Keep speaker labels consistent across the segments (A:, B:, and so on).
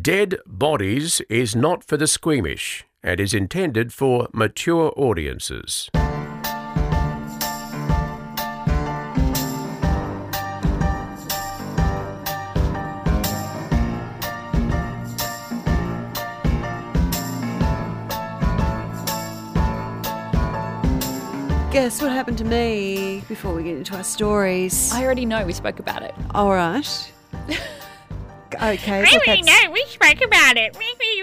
A: Dead Bodies is not for the squeamish and is intended for mature audiences.
B: Guess what happened to me before we get into our stories?
C: I already know we spoke about it.
B: All right. Okay, so that's-
D: we spoke about it.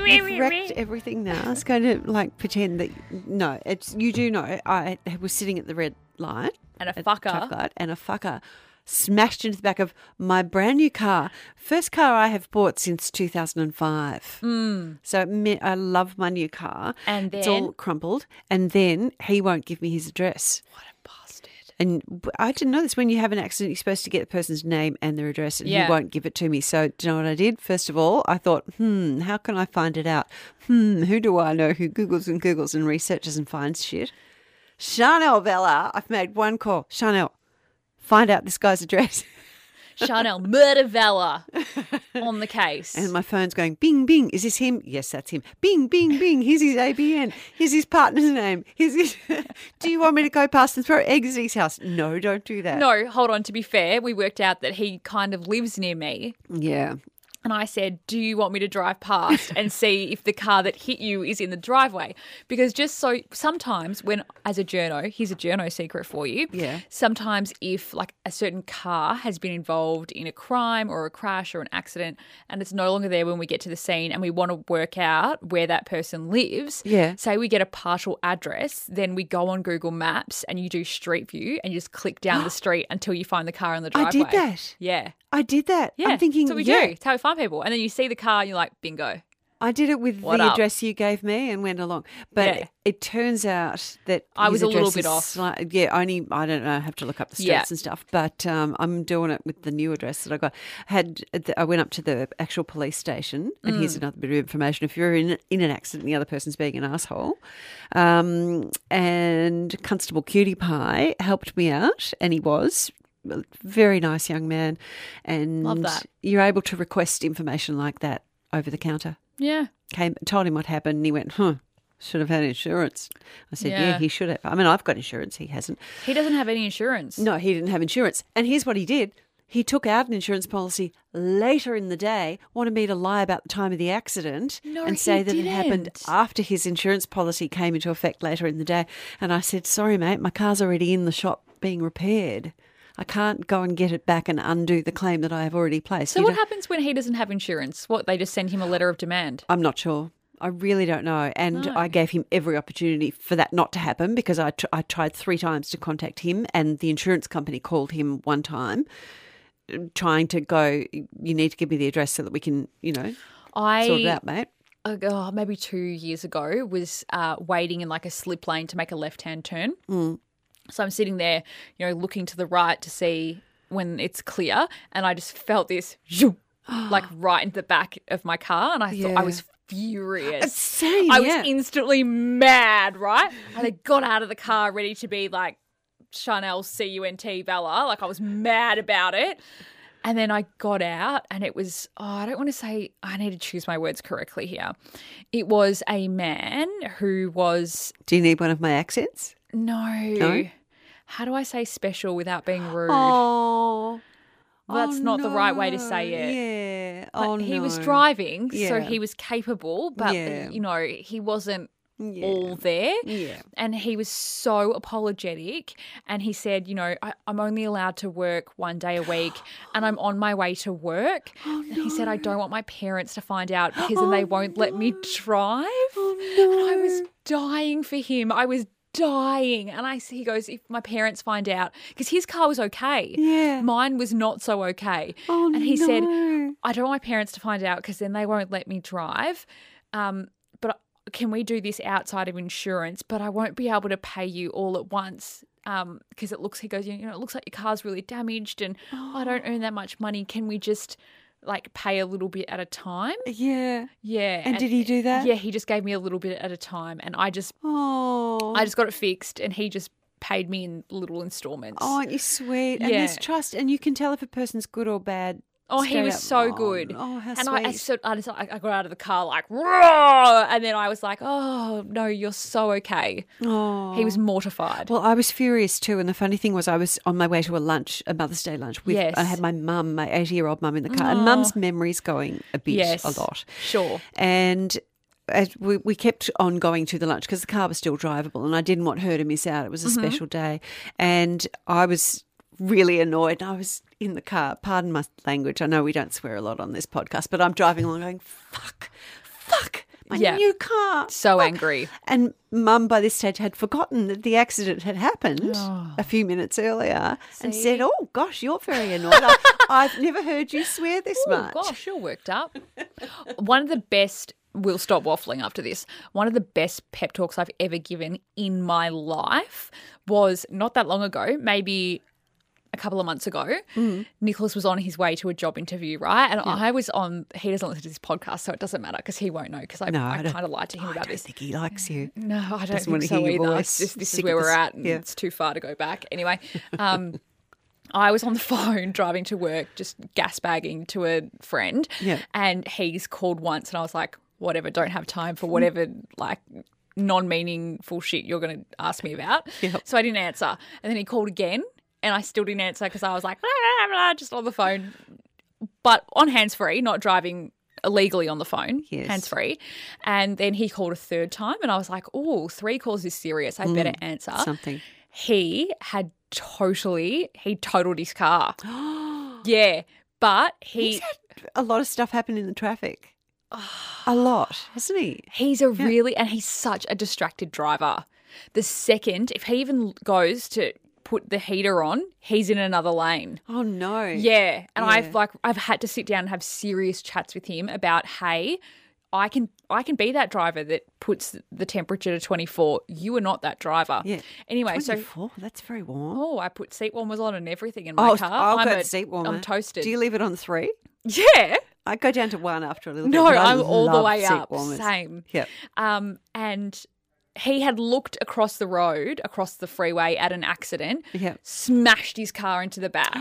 B: You've wrecked everything now. I was going to like pretend that no, it's you do know. I was sitting at the red light
C: And a
B: at
C: fucker.
B: traffic light, and a fucker smashed into the back of my brand new car, first car I have bought since 2005. So it me- I love my new car,
C: Hmm. And
B: it's all
C: then?
B: crumpled, and then he won't give me his address. What a bastard! And w- I didn't know this. When you have an accident, you're supposed to get the person's name and their address, and
C: Yeah.
B: he won't give it to me. So, do you know what I did? First of all, I thought, hmm, how can I find it out? Hmm, who do I know who Googles and Googles and researches and finds shit? Chanel Bella. I've made one call. Chanel, find out this guy's address.
C: Chanel Murdervella on the case.
B: And my phone's going, bing, bing. Is this him? Yes, that's him. Bing, bing, bing. Here's his ABN. Here's his partner's name. Here's his. do you want me to go past and throw eggs at his house? No, don't do that.
C: no, hold on. To be fair, we worked out that he kind of lives near me.
B: Yeah.
C: And I said, Do you want me to drive past and see if the car that hit you is in the driveway? Because just so sometimes, when as a journo, here's a journo secret for you.
B: Yeah.
C: Sometimes, if like a certain car has been involved in a crime or a crash or an accident and it's no longer there when we get to the scene and we want to work out where that person lives,
B: Yeah.
C: say we get a partial address, then we go on Google Maps and you do street view and you just click down the street until you find the car in the driveway.
B: I did that.
C: Yeah.
B: I did that.
C: Yeah,
B: I'm thinking,
C: that's what we
B: yeah,
C: do. It's how we find people, and then you see the car, and you're like, bingo.
B: I did it with
C: What
B: the
C: up?
B: address you gave me and went along. But
C: Yeah.
B: it turns out that
C: I
B: his
C: was a little
B: address is
C: bit off.
B: sli- yeah, only I don't know. I have to look up the streets
C: Yeah.
B: and stuff. But um, I'm doing it with the new address that I got. I had I went up to the actual police station, and here's
C: Mm.
B: another bit of information: if you're in in an accident, and the other person's being an asshole. Um, and Constable Cutie Pie helped me out, and he was. a Very nice young man, and
C: that.
B: you're able to request information like that over the counter
C: Yeah,
B: came told him what happened and he went, huh, should have had insurance. I said, yeah.
C: Yeah.
B: he should have. I mean, I've got insurance, he hasn't.
C: he doesn't have any insurance.
B: No, he didn't have insurance. And here's what he did. He took out an insurance policy later in the day, wanted me to lie about the time of the accident
C: No,
B: and say
C: he
B: that it happened
C: didn't.
B: after his insurance policy came into effect later in the day. And I said, sorry, mate, my car's already in the shop being repaired. I can't go and get it back and undo the claim that I have already placed.
C: So
B: You
C: what
B: don't-
C: happens when he doesn't have insurance? What they just send him a letter of demand?
B: I'm not sure. I really don't know. And
C: No.
B: I gave him every opportunity for that not to happen because I, tr- I tried three times to contact him, and the insurance company called him one time uh, trying to go, You need to give me the address so that we can, you know,
C: I
B: sort it out, mate.
C: uh, oh, maybe two years ago was uh, waiting in like a slip lane to make a left hand turn.
B: Mm.
C: So I'm sitting there, you know, looking to the right to see when it's clear, and I just felt this zoom, like right into the back of my car, and I thought
B: Yeah.
C: I was furious.
B: Same,
C: I
B: yeah.
C: was instantly mad, right? And I got out of the car ready to be like Chanel C U N T Bella. Like I was mad about it. And then I got out, and it was, oh, I don't want to say, I need to choose my words correctly here. It was a man who was,
B: Do you need one of my accents?
C: no.
B: No?
C: How do I say special without being rude?
B: Oh,
C: That's
B: Oh,
C: not the right way to say
B: no.
C: it.
B: Yeah.
C: But
B: oh,
C: he was
B: no.
C: driving, so
B: Yeah.
C: he was capable, but,
B: Yeah.
C: you know, he wasn't
B: Yeah.
C: all there.
B: Yeah.
C: And he was so apologetic. And he said, You know, I, I'm only allowed to work one day a week and I'm on my way to work. And he said, I don't want my parents to find out because then they won't let me drive. Oh,
B: Oh,
C: And I was dying for him. I was dying. And I he goes, If my parents find out, because his car was okay.
B: Yeah.
C: Mine was not so okay.
B: Oh,
C: and he said,
B: no.
C: I don't want my parents to find out because then they won't let me drive. Um, but can we do this outside of insurance? But I won't be able to pay you all at once because it looks. He goes, you know, it looks like your car's really damaged, and I don't
B: Oh.
C: earn that much money. Can we just like pay a little bit at a time?
B: Yeah.
C: Yeah.
B: And did he do that?
C: Yeah, he just gave me a little bit at a time, and I just,
B: Oh.
C: I just got it fixed, and he just paid me in little installments.
B: Oh, aren't you Oh, sweet? And there's
C: Yeah.
B: trust, and you can tell if a person's good or bad
C: Oh, he
B: Straight
C: was
B: up.
C: so
B: Oh,
C: good.
B: oh, how
C: and I, I
B: sweet.
C: stood, I, just, I I got out of the car like, "Roar!" and then I was like, oh no, you're so okay.
B: Oh.
C: He was mortified.
B: Well, I was furious too, and the funny thing was, I was on my way to a lunch, a Mother's Day lunch. With
C: Yes.
B: I had my mum, my eighty-year-old mum, in the car, and mum's memory's going a bit,
C: yes,
B: a lot,
C: Sure.
B: and. as we, we kept on going to the lunch because the car was still drivable and I didn't want her to miss out. It was a
C: Mm-hmm.
B: special day. And I was really annoyed. I was in the car. Pardon my language. I know we don't swear a lot on this podcast, but I'm driving along going, fuck, fuck, my
C: Yeah.
B: new car.
C: So
B: fuck."
C: angry.
B: And mum, by this stage, had forgotten that the accident had happened a few minutes earlier and
C: Oh. See?
B: said, Oh, gosh, you're very annoyed. I, I've never heard you swear this
C: Oh
B: much.
C: gosh, you're worked up. One of the best. We'll stop waffling after this. One of the best pep talks I've ever given in my life was not that long ago, maybe a couple of months ago.
B: Mm.
C: Nicholas was on his way to a job interview, right? And I was on. He doesn't listen to this podcast, so it doesn't matter because he won't know. Because I,
B: No,
C: I,
B: I don't- Oh,
C: kind of lied to him
B: I
C: about
B: don't
C: this.
B: think he likes you.
C: No, I don't
B: Doesn't
C: think
B: want to
C: so
B: hear your
C: either.
B: voice.
C: It's just- this is
B: Sick
C: where
B: of
C: we're
B: this.
C: at, and
B: Yeah.
C: it's too far to go back. Anyway, um, I was on the phone driving to work, just gas bagging to a friend,
B: Yeah.
C: and he's called once, and I was like, whatever, don't have time for whatever, like. Non meaningful shit you're going to ask me about. So I didn't answer. And then he called again, and I still didn't answer because I was like, "Blah, blah, blah," just on the phone, but on hands free, not driving illegally on the phone,
B: Yes.
C: hands free. And then he called a third time, and I was like, oh, three calls is serious. I better
B: Mm.
C: answer.
B: Something.
C: He had totally, he totaled his car. yeah. But he
B: He's had a lot of stuff happen in the traffic. a lot, hasn't he?
C: He's a really, and he's such a distracted driver. The second, if he even goes to put the heater on, he's in another lane.
B: Oh no.
C: Yeah. And I've
B: Yeah.
C: like I've had to sit down and have serious chats with him about, hey, I can I can be that driver that puts the temperature to twenty four. You are not that driver.
B: Yeah.
C: Anyway, so
B: 24? That's very warm.
C: oh, I put seat warmers on and everything in my
B: Oh,
C: car.
B: I'll
C: I'm
B: go
C: a-
B: to seat warmer.
C: I'm toasted.
B: Do you leave it on three?
C: yeah.
B: I go down to one after a little
C: No,
B: bit. but I
C: I'm all the
B: love
C: way
B: seat
C: up.
B: warmers.
C: Same.
B: Yep.
C: Um, and he had looked across the road, across the freeway at an accident,
B: Yep.
C: smashed his car into the back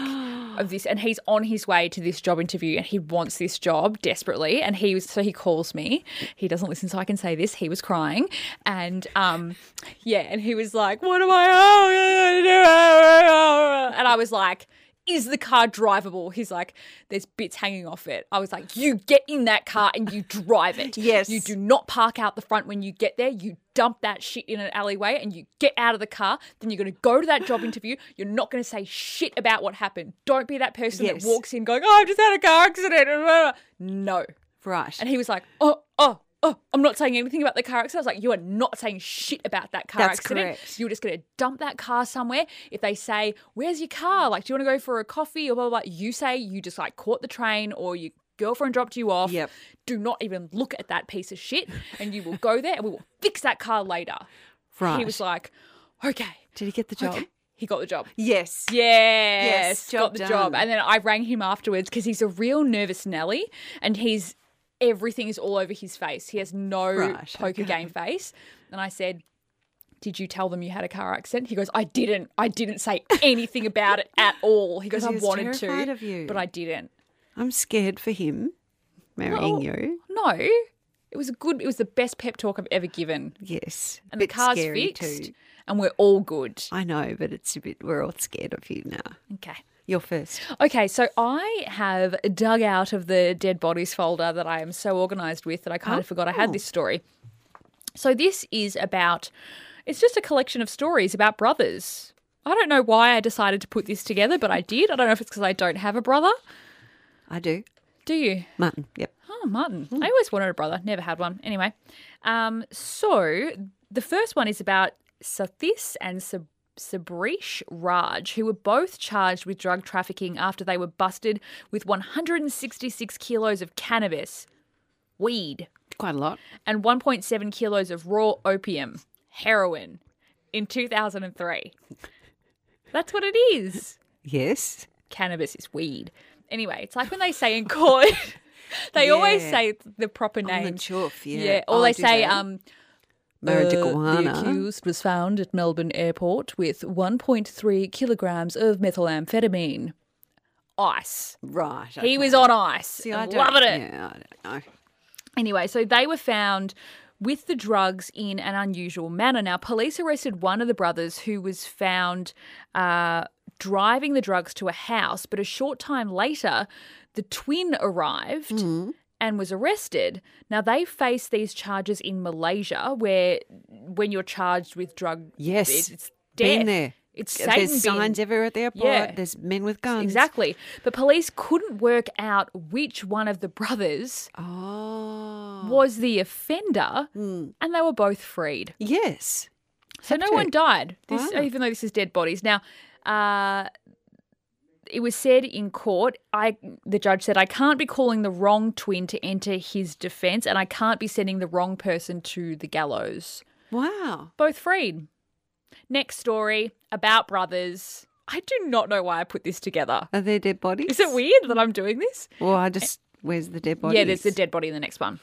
C: of this, and he's on his way to this job interview and he wants this job desperately. And he was so he calls me. He doesn't listen, so I can say this. He was crying. And um yeah, and he was like, What am I oh, yeah, yeah, yeah." And I was like is the car drivable? He's like, there's bits hanging off it. I was like, you get in that car and you drive it.
B: Yes.
C: You do not park out the front when you get there. You dump that shit in an alleyway and you get out of the car. Then you're going to go to that job interview. You're not going to say shit about what happened. Don't be that person
B: Yes.
C: that walks in going, oh, I've just had a car accident. No.
B: Right.
C: And he was like, oh, oh. Oh, I'm not saying anything about the car accident. I was like, you are not saying shit about that car
B: That's
C: accident.
B: correct.
C: You're just going to dump that car somewhere. If they say, where's your car? Like, do you want to go for a coffee or blah, blah, blah? You say you just like caught the train or your girlfriend dropped you off.
B: Yep.
C: Do not even look at that piece of shit and you will go there and we will fix that car later.
B: right.
C: He was like, okay.
B: Did he get the job?
C: okay. He got the job.
B: Yes.
C: Yes, got
B: job
C: the job.
B: done.
C: And then I rang him afterwards because he's a real nervous Nelly and he's everything is all over his face. He has no
B: Right,
C: poker game face. And I said, Did you tell them you had a car accident? He goes, I didn't. I didn't say anything about it at all. He goes,
B: he
C: I
B: was
C: wanted
B: terrified
C: to.
B: of you.
C: But I didn't.
B: I'm scared for him marrying
C: Well-
B: you.
C: No. It was a good it was the best pep talk I've ever given.
B: Yes.
C: And
B: Bit
C: the car's
B: scary
C: fixed.
B: too.
C: And we're all good.
B: I know, but it's a bit, we're all scared of you now.
C: Okay.
B: You're first.
C: Okay, so I have dug out of the dead bodies folder that I am so organised with that I kind of forgot I had this story. So this is about, it's just a collection of stories about brothers. I don't know why I decided to put this together, but I did. I don't know if it's because I don't have a brother.
B: I do.
C: Do you?
B: Martin. Yep.
C: Oh, Martin. I always wanted a brother, never had one. Anyway, um, so the first one is about Sathis and Sab- Sabrish Raj, who were both charged with drug trafficking after they were busted with 166 kilos of cannabis, weed,
B: Quite a lot.
C: and 1.7 kilos of raw opium, heroin, in 2003. That's what it is
B: Yes.
C: cannabis is weed. Anyway, it's like when they say in court, they always
B: Yeah.
C: say the proper
B: On the
C: name.
B: chuff, yeah. Oh,
C: yeah. or
B: I
C: they
B: do
C: say
B: that.
C: um, uh,
B: Married
C: the accused was found at Melbourne Airport with 1.3 kilograms of methamphetamine. ice.
B: Right.
C: He
B: okay.
C: was on ice.
B: See, I
C: and
B: don't-
C: loving it.
B: Yeah, I don't know.
C: Anyway, so they were found with the drugs in an unusual manner. Now, police arrested one of the brothers who was found uh, driving the drugs to a house, but a short time later, the twin arrived.
B: Mm.
C: And was arrested. Now they face these charges in Malaysia, where when you're charged with drug,
B: Yes.
C: it's, it's
B: Been
C: death.
B: there.
C: It's Satan
B: There's signs
C: bin.
B: everywhere at the airport.
C: Yeah.
B: There's men with guns.
C: exactly. But police couldn't work out which one of the brothers
B: Oh.
C: was the offender, and they were both freed.
B: Hmm. Yes.
C: So no one died. This,
B: Wow.
C: even though this is dead bodies. Now, uh, it was said in court. I the judge said I can't be calling the wrong twin to enter his defense, and I can't be sending the wrong person to the gallows.
B: Wow.
C: Both freed. Next story about brothers. I do not know why I put this together.
B: Are there dead bodies?
C: Is it weird that I'm doing this?
B: Well, I just. Where's the dead bodies?
C: Yeah, there's the dead body in the next one.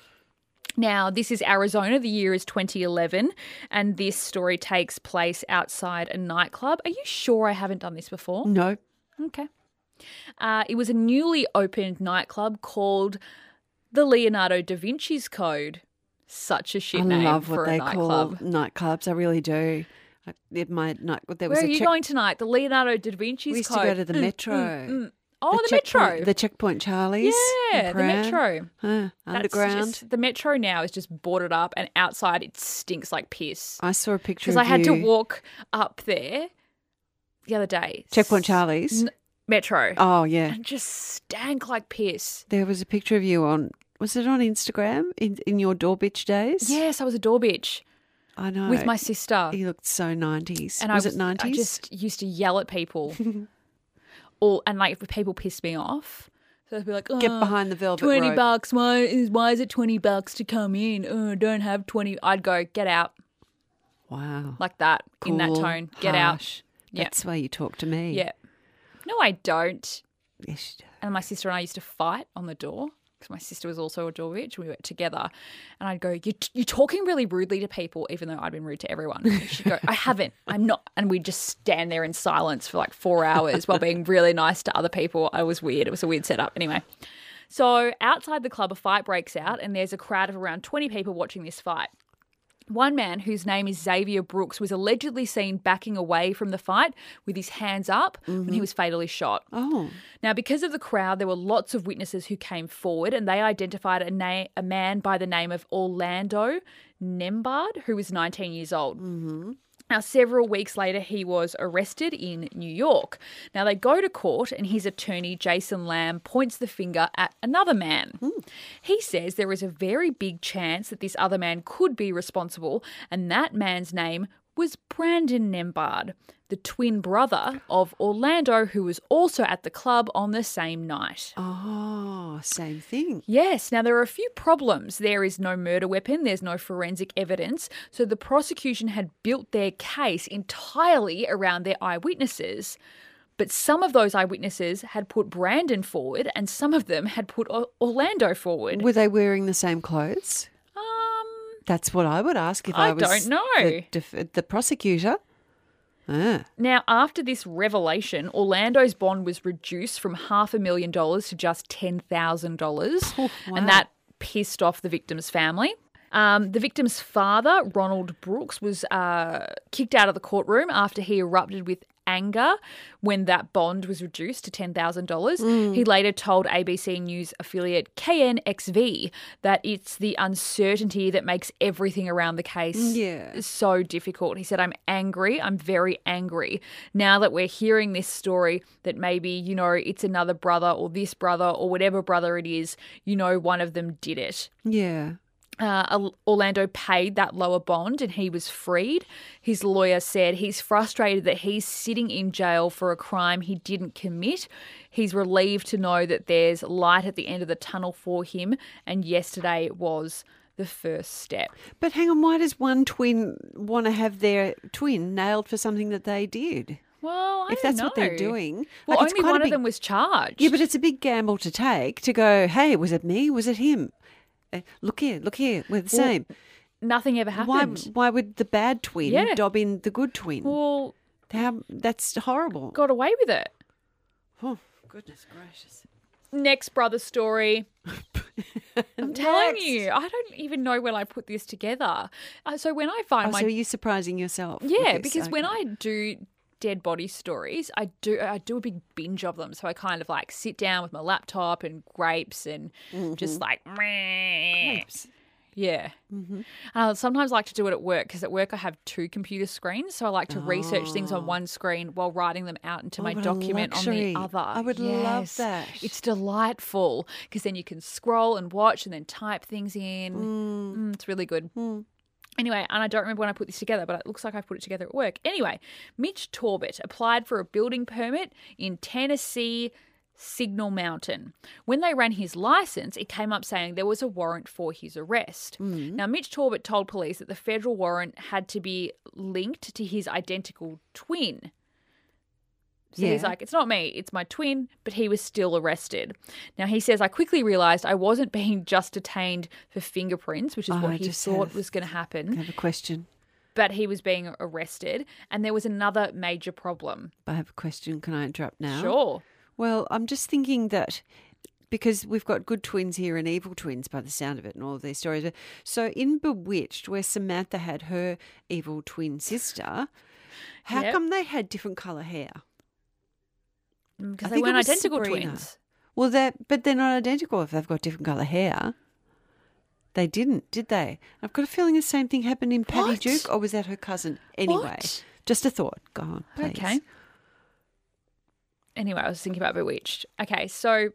C: Now, this is Arizona. The year is 2011, and this story takes place outside a nightclub. Are you sure I haven't done this before?
B: No.
C: Okay. Uh, it was a newly opened nightclub called the Leonardo da Vinci's Code. Such a shit
B: I
C: name
B: love
C: for
B: what
C: a
B: they call
C: nightclub.
B: nightclubs. I really do. I did my night. There was
C: Where are
B: a
C: you
B: check-
C: going tonight? The Leonardo da Vinci's
B: We used
C: Code.
B: to go to the
C: Mm,
B: metro.
C: mm, mm. Oh, the,
B: checkpoint-
C: metro.
B: The checkpoint Charlie's. in
C: yeah, the
B: Prahran.
C: metro.
B: Huh,
C: That's
B: underground.
C: just- the metro now is just boarded up, and outside it stinks like piss.
B: I saw a picture
C: Because
B: of
C: I had to
B: you-
C: walk up there the other day.
B: checkpoint Charlie's.
C: N- metro.
B: Oh yeah,
C: And just stank like piss.
B: there was a picture of you on. Was it on Instagram in, in your door bitch days?
C: Yes, I was a door bitch
B: I know.
C: with my sister.
B: you looked so nineties.
C: and
B: was,
C: I was
B: it nineties?
C: I just used to yell at people. All and like if people pissed me off. So I'd be like, oh,
B: Get behind the velvet
C: 20
B: rope."
C: bucks. Why is why is it 20 bucks to come in? Oh, I don't have 20. I'd go, "Get out."
B: wow.
C: Like that in that
B: Cool,
C: tone. Get
B: harsh.
C: Yeah.
B: That's why you talk to me.
C: out. Yeah. No, I don't.
B: Yes, you do.
C: And my sister and I used to fight on the door because my sister was also a door bitch. We were together. And I'd go, you're, you're talking really rudely to people, even though I'd been rude to everyone. And She'd go, I haven't. I'm not. And we'd just stand there in silence for like four hours while being really nice to other people. I was weird. It was a weird setup. Anyway. So outside the club, a fight breaks out, and there's a crowd of around 20 people watching this fight. One man, whose name is Xavier Brooks, was allegedly seen backing away from the fight with his hands up when he was fatally shot.
B: Oh,
C: Now, because of the crowd, there were lots of witnesses who came forward and they identified a, na- a man by the name of Orlando Nembard, who was 19 years old. Mm-hmm. Now, several weeks later, he was arrested in New York. Now, they go to court, and his attorney, Jason Lamb, points the finger at another man. He says there is a very big chance that this other man could be responsible, and that man's name was Brandon Nembard, the twin brother of Orlando, who was also at the club on the same night.
B: oh, same thing.
C: Yes, now there are a few problems. There is no murder weapon, there's no forensic evidence, so the prosecution had built their case entirely around their eyewitnesses. But some of those eyewitnesses had put Brandon forward, and some of them had put Or- Orlando forward.
B: Were they wearing the same clothes?
C: Um,
B: That's what I would ask if I,
C: I
B: was
C: don't know.
B: the, def- the prosecutor. Ah,
C: Now, after this revelation, Orlando's bond was reduced from half a million dollars to just $10,000.
B: wow.
C: And that pissed off the victim's family. Um, the victim's father, Ronald Brooks, was uh, kicked out of the courtroom after he erupted with anger when that bond was reduced to $10,000.
B: Mm.
C: He later told ABC News affiliate KNXV that it's the uncertainty that makes everything around the case
B: Yeah.
C: so difficult. He said, I'm angry. I'm very angry. Now that we're hearing this story, that maybe, you know, it's another brother or this brother or whatever brother it is, you know, one of them did it.
B: yeah.
C: Uh, Al- Orlando paid that lower bond and he was freed. His lawyer said he's frustrated that he's sitting in jail for a crime he didn't commit. He's relieved to know that there's light at the end of the tunnel for him, and yesterday was the first step.
B: But hang on, why does one twin want to have their twin nailed for something that they did?
C: Well, I
B: if that's
C: don't
B: what they're
C: know.
B: doing,
C: Well,
B: Like, it's
C: only
B: quite a
C: one of
B: big-
C: them was charged.
B: Yeah, but it's a big gamble to take to go. Hey, was it me? Was it him? Uh, look here, look here. We're the same.
C: nothing ever
B: why?
C: happened.
B: Why would the bad twin
C: Yeah.
B: dob in the good twin?
C: Well,
B: How, that's horrible.
C: got away with it.
B: Oh, Goodness gracious.
C: Next brother story. I'm telling
B: Next.
C: you, I don't even know when I put this together. Uh, so when I find
B: Oh,
C: my
B: so are you surprising yourself? with
C: Yeah,
B: this? uh,
C: because when
B: Okay.
C: I do dead body stories, I do I do a big binge of them. So I kind of like sit down with my laptop and grapes and just like meh.
B: Oops.
C: yeah.
B: Mm-hmm.
C: And I sometimes like to do it at work because at work I have two computer screens, so I like to research things on one screen while writing them out into my
B: Oh. what a
C: document on the
B: luxury.
C: other.
B: I would love that.
C: It's delightful because then you can scroll and watch and then type things in. Mm, it's really good. Anyway, and I don't remember when I put this together, but it looks like I put it together at work. Anyway, Mitch Torbett applied for a building permit in Tennessee. Signal Mountain. When they ran his license, it came up saying there was a warrant for his arrest.
B: Mm.
C: Now, Mitch Torbett told police that the federal warrant had to be linked to his identical twin. So he's
B: Yeah.
C: like, it's not me, it's my twin, but he was still arrested. Now he says, I quickly realized I wasn't being just detained for fingerprints, which is
B: Oh,
C: what
B: I
C: he
B: just had
C: thought
B: a-
C: was going to
B: I
C: happen,
B: have a question.
C: but he was being arrested. And there was another major problem.
B: I have a question. Can I interrupt now?
C: Sure.
B: Well, I'm just thinking that because we've got good twins here and evil twins by the sound of it and all of these stories. So in Bewitched, where Samantha had her evil twin sister, how
C: Yep.
B: come they had different colour hair?
C: Because
B: I
C: Mm, they
B: think it
C: weren't
B: was
C: identical
B: Sabrina.
C: twins.
B: Well, that but they're not identical if they've got different colour hair. They didn't, did they? I've got a feeling the same thing happened in Patty
C: What?
B: Duke, or was that her cousin? Anyway,
C: What?
B: just a thought. Go on, please.
C: Okay. Anyway, I was thinking about Bewitched. Okay, so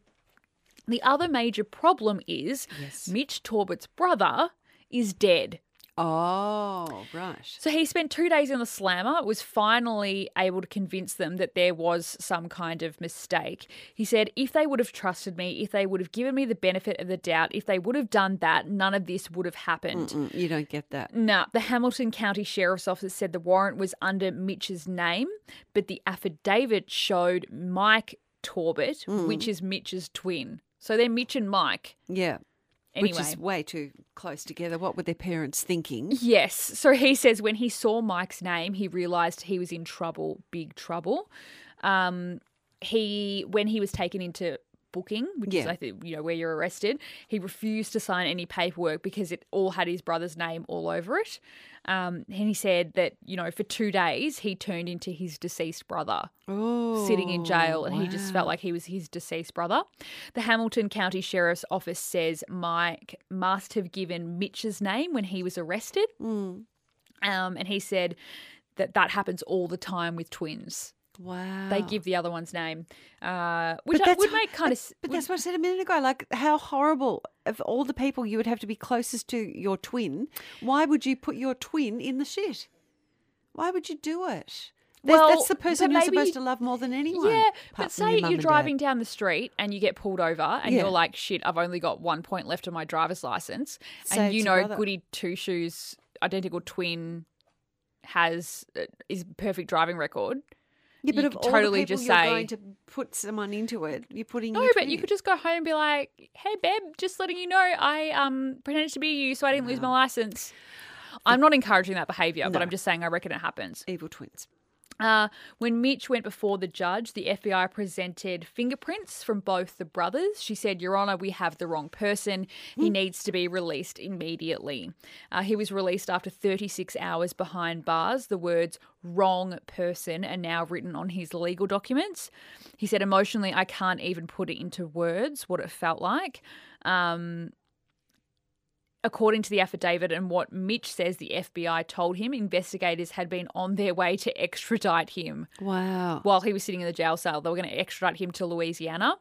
C: the other major problem is
B: Yes.
C: Mitch Torbett's brother is dead.
B: Oh, right.
C: So he spent two days in the slammer, was finally able to convince them that there was some kind of mistake. He said, if they would have trusted me, if they would have given me the benefit of the doubt, if they would have done that, none of this would have happened.
B: Mm, you don't get that.
C: Nah, the Hamilton County Sheriff's Office said the warrant was under Mitch's name, but the affidavit showed Mike Torbett,
B: Mm.
C: which is Mitch's twin. So they're Mitch and Mike.
B: Yeah.
C: Anyway.
B: Which is way too close together. What were their parents thinking?
C: Yes. So he says when he saw Mike's name, he realized he was in trouble, big trouble. Um, he when he was taken into booking, which is
B: Yeah.
C: I think you know where you're arrested, he refused to sign any paperwork because it all had his brother's name all over it. Um, and he said that you know for two days he turned into his deceased brother
B: Oh,
C: sitting in jail and he just felt like he was his deceased brother. The Hamilton County Sheriff's Office says Mike must have given Mitch's name when he was arrested.
B: Hmm.
C: Um, and he said that that happens all the time with twins.
B: wow.
C: They give the other one's name, uh, which
B: Ah. But
C: I
B: that's
C: would
B: ho-
C: make kind of. s-
B: But
C: would-
B: that's what I said a minute ago. Like, how horrible of all the people you would have to be closest to your twin. Why would you put your twin in the shit? Why would you do it? That's,
C: Well,
B: that's the person
C: but
B: you're
C: maybe-
B: supposed to love more than anyone.
C: Yeah,
B: apart
C: but
B: from your
C: say
B: mum
C: you're
B: and dad.
C: driving down the street and you get pulled over and
B: Yeah.
C: you're like, shit, I've only got one point left on my driver's license.
B: Say
C: and you
B: it's
C: know,
B: your brother.
C: Goody Two Shoes, identical twin, has uh, is perfect driving record.
B: Yeah, but
C: you
B: of
C: could
B: all
C: totally
B: the people
C: just
B: you're
C: say-
B: going to put someone into it, you're putting.
C: No,
B: your
C: but
B: twin
C: you
B: in.
C: could just go home and be like, hey, babe, just letting you know, I um pretended to be you so I didn't lose my license. I'm not encouraging that behavior, but I'm just saying I reckon it happens.
B: evil twins.
C: Uh, when Mitch went before the judge, the FBI presented fingerprints from both the brothers. She said, Your Honor, we have the wrong person. He needs to be released immediately. Uh, he was released after 36 hours behind bars. The words wrong person are now written on his legal documents. He said, Emotionally, I can't even put it into words what it felt like. Um, According to the affidavit and what Mitch says the FBI told him, investigators had been on their way to extradite him
B: Wow.
C: while he was sitting in the jail cell. They were going to extradite him to Louisiana.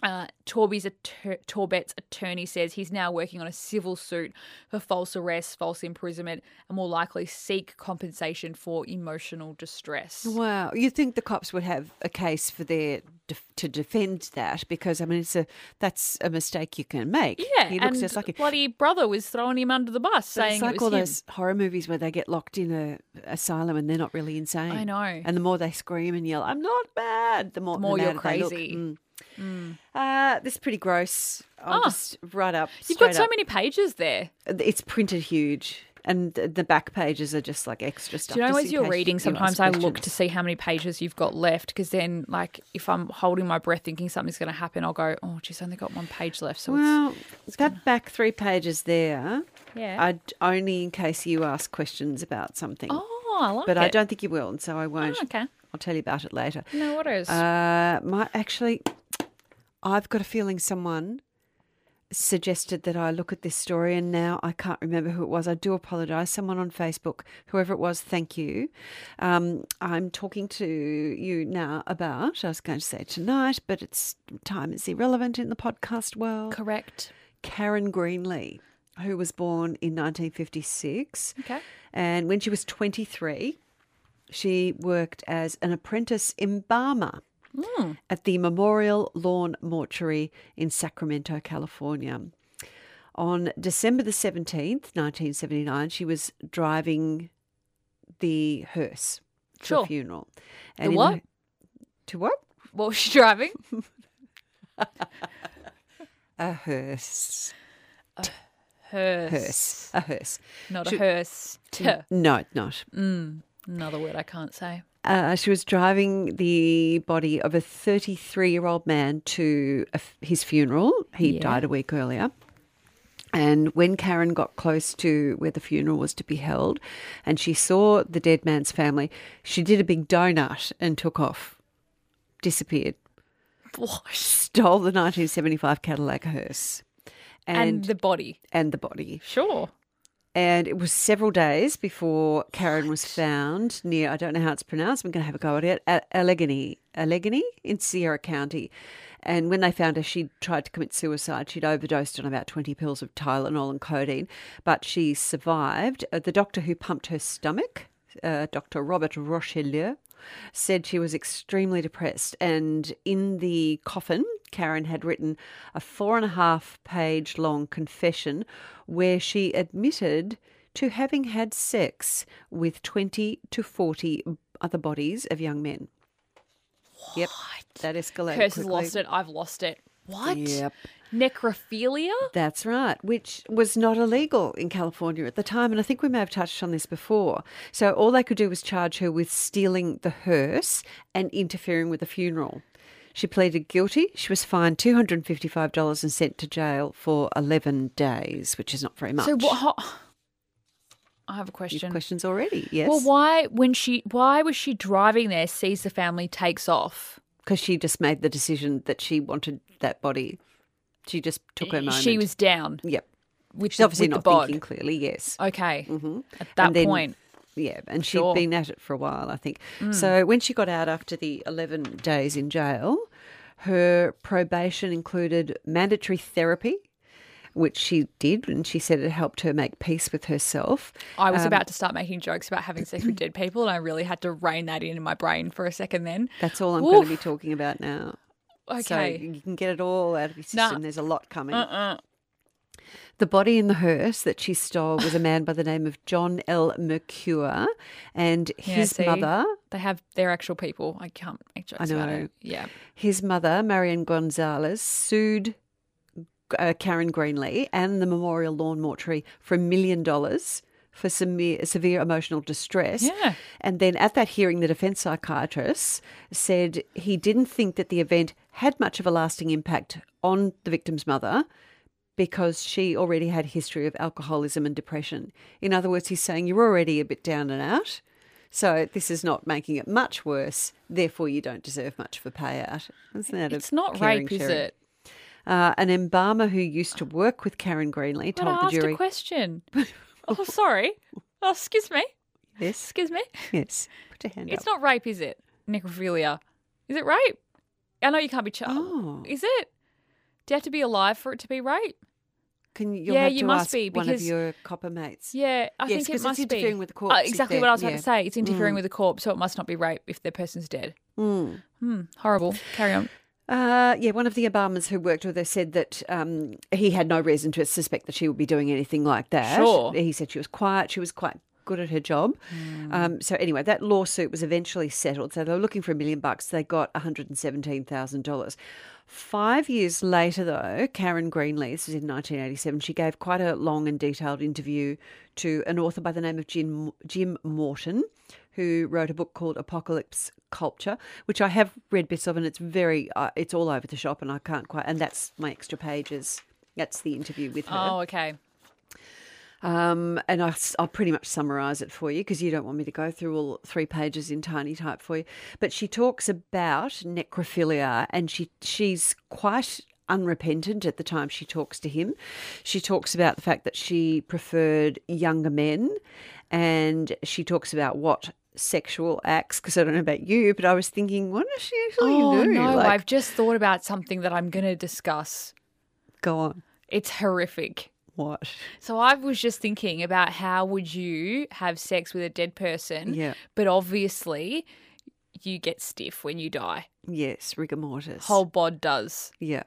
C: Uh, Torby's att- Torbett's attorney says he's now working on a civil suit for false arrest, false imprisonment, and will likely seek compensation for emotional distress.
B: Wow, you think the cops would have a case for their def- to defend that because I mean it's a that's a mistake you can make.
C: Yeah,
B: he looks
C: and
B: just like you.
C: bloody brother was throwing him under the bus,
B: But
C: saying
B: it's like
C: it was
B: all
C: him.
B: those horror movies where they get locked in a asylum and they're not really insane.
C: I know.
B: And the more they scream and yell, "I'm not bad," the more
C: The more you're
B: madder they look.
C: crazy.
B: Mm. Uh, this is pretty gross. I'll
C: Oh.
B: just right up.
C: You've got
B: straight
C: so
B: up.
C: many pages there.
B: It's printed huge. and th- the back pages are just like extra stuff.
C: Do you know
B: just
C: as
B: in
C: you're
B: case
C: reading,
B: you ask
C: sometimes I look to
B: questions.
C: see how many pages you've got left because then, like, if I'm holding my breath thinking something's going to happen, I'll go, oh, she's only got one page left. So
B: Well, that back three pages there,
C: it's, yeah.
B: I'd only in case you ask questions about something.
C: oh, I like
B: but
C: it.
B: I don't think you will, and so I won't.
C: Oh, okay.
B: I'll tell you about it later.
C: No, what is?
B: Uh, my actually, I've got a feeling someone suggested that I look at this story, and now I can't remember who it was. I do apologise. Someone on Facebook, whoever it was, thank you. Um, I'm talking to you now about. I was going to say tonight, but it's time is irrelevant in the podcast world.
C: Correct.
B: Karen Greenlee, who was born in 1956.
C: Okay.
B: And when she was 23, she worked as an apprentice embalmer
C: Hmm.
B: at the Memorial Lawn Mortuary in Sacramento, California. On December the 17th, 1979, she was driving the hearse to a
C: Sure.
B: funeral.
C: The
B: in
C: what?
B: to what?
C: What was she driving?
B: A hearse.
C: Hearse.
B: Hearse. A hearse.
C: Not
B: Should-
C: a hearse. T.
B: No, it's not.
C: Another word I can't say.
B: Uh, she was driving the body of a 33 year old man to a f his funeral. He
C: Yeah.
B: died a week earlier. And when Karen got close to where the funeral was to be held and she saw the dead man's family, she did a big donut and took off, disappeared,
C: What?
B: stole the 1975 Cadillac hearse
C: And,
B: and,
C: the body.
B: and the body.
C: Sure.
B: And it was several days before Karen was found near, I don't know how it's pronounced, I'm going to have a go at it, A- Allegheny, Allegheny in Sierra County. And when they found her, she tried to commit suicide. She'd overdosed on about 20 pills of Tylenol and codeine, but she survived. Uh, The doctor who pumped her stomach, uh, Dr. Robert Rochelieu, said she was extremely depressed. And in the coffin, Karen had written a four and a half page long confession where she admitted to having had sex with 20 to 40 other bodies of young men. Yep, that escalated.
C: Curse has
B: quickly.
C: lost it. I've lost it. What?
B: Yep.
C: Necrophilia?
B: That's right, which was not illegal in California at the time. And I think we may have touched on this before. So all they could do was charge her with stealing the hearse and interfering with the funeral. She pleaded guilty. She was fined $255 and sent to jail for 11 days, which is not very much.
C: So what? ho- I have a
B: You've
C: question.
B: questions already, yes?
C: Well,
B: Because
C: why when she why was she driving there? Sees the family takes off.
B: she just made the decision that she wanted that body. She just took her moment.
C: She was down,
B: Yep.
C: which
B: She's obviously
C: with
B: not
C: the bod.
B: thinking clearly, yes.
C: Okay, at that
B: And then-
C: point,
B: Yeah, and she
C: Sure. Hmm.
B: had been at it for a while, I think. So when she got out after the 11 days in jail, her probation included mandatory therapy, which she did, and she said it helped her make peace with herself.
C: I was about to start making jokes about having sex with dead people, and I really had to rein that in in my brain for a second. Then
B: That's all I'm going
C: Oof.
B: to be talking about now. So
C: okay, Uh-uh.
B: you can get it all out of your
C: Nah. Uh.
B: system. There's a lot coming. The body in the hearse that she stole was a man by the name of John L. Mercure, and
C: Yeah,
B: his
C: see?
B: mother
C: they have they're actual people. I can't make jokes about
B: know.
C: it. Yeah,
B: His mother, Marian Gonzalez, sued uh, Karen Greenlee and the Memorial Lawn Mortuary for a million dollars for severe, severe emotional distress.
C: Yeah.
B: And then at that hearing, the defense psychiatrist said he didn't think that the event had much of a lasting impact on the victim's mother because she already had a history of alcoholism and depression. In other words, he's saying you're already a bit down and out. So this is not making it much worse. Therefore, you don't deserve much for payout. Isn't that a
C: it's not
B: caring
C: rape, is
B: sharing?
C: it?
B: Uh, an embalmer who used to work with Karen Greenlee
C: But
B: told
C: I
B: the
C: asked
B: jury,
C: a question. oh, sorry. Oh, excuse me.
B: "Yes,
C: Excuse me.
B: yes, put your hand
C: It's
B: up."
C: not rape, is it? Necrophilia. Is it rape? I know you can't be child.
B: Oh.
C: Is uh, it? Do you have to be alive for it to be rape?
B: Can you'll
C: Yeah,
B: have
C: you
B: to
C: must
B: ask
C: be,
B: one of
C: because-
B: your copper mates?
C: Yeah, I
B: Yes,
C: think
B: 'cause
C: it
B: it's
C: must be
B: interfering with the
C: Uh,
B: corpse if
C: exactly
B: they're-
C: what I was about
B: yeah.
C: to say. It's interfering with the corpse, so it must not be rape if the person's dead.
B: Mm.
C: Hmm, horrible. Carry on.
B: Uh, yeah, one of the embalmers who worked with her said that um, he had no reason to suspect that she would be doing anything like that.
C: Sure.
B: He said she was quiet, she was quite good at her job. Um, so anyway, that lawsuit was eventually settled. So they were looking for a million bucks. They got one hundred and seventeen thousand dollars. Five years later, though, Karen Greenlee, this was in 1987, she gave quite a long and detailed interview to an author by the name of Jim, Jim Morton, who wrote a book called Apocalypse Culture, which I have read bits of, and it's very, uh, it's all over the shop, and I can't quite, and that's my extra pages. That's the interview with her.
C: Oh, okay.
B: Um, and I, will pretty much summarise it for you because you don't want me to go through all three pages in tiny type for you. But she talks about necrophilia, and she she's quite unrepentant at the time she talks to him. She talks about the fact that she preferred younger men, and she talks about what sexual acts. Because I don't know about you, but I was thinking, what does she actually
C: oh
B: do?
C: no,
B: Like,
C: I've just thought about something that I'm going to discuss.
B: go on.
C: It's horrific.
B: What?
C: So I was just thinking about how would you have sex with a dead person?
B: Yeah.
C: But obviously, you get stiff when you die.
B: Yes, rigor mortis.
C: Whole bod does.
B: Yeah.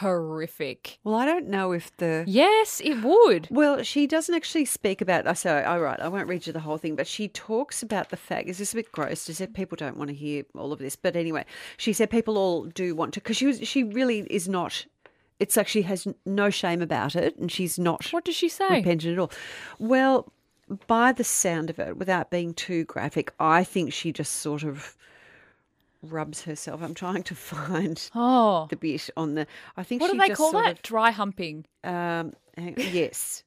C: Horrific.
B: Well, I don't know if the
C: Yes, it would.
B: Well, she doesn't actually speak about. I so all right, I won't read you the whole thing, but she talks about the fact. Is this a bit gross? Is it people don't want to hear all of this? But anyway, she said people all do want to because she was she really is not. It's like she has no shame about it, and she's not
C: What does she say?
B: repentant at all. Well, by the sound of it, without being too graphic, I think she just sort of rubs herself. I'm trying to find
C: Oh.
B: the bit on the. I think
C: What
B: she
C: do they
B: just
C: call
B: sort
C: that?
B: of-
C: Dry humping.
B: um, hang, yes.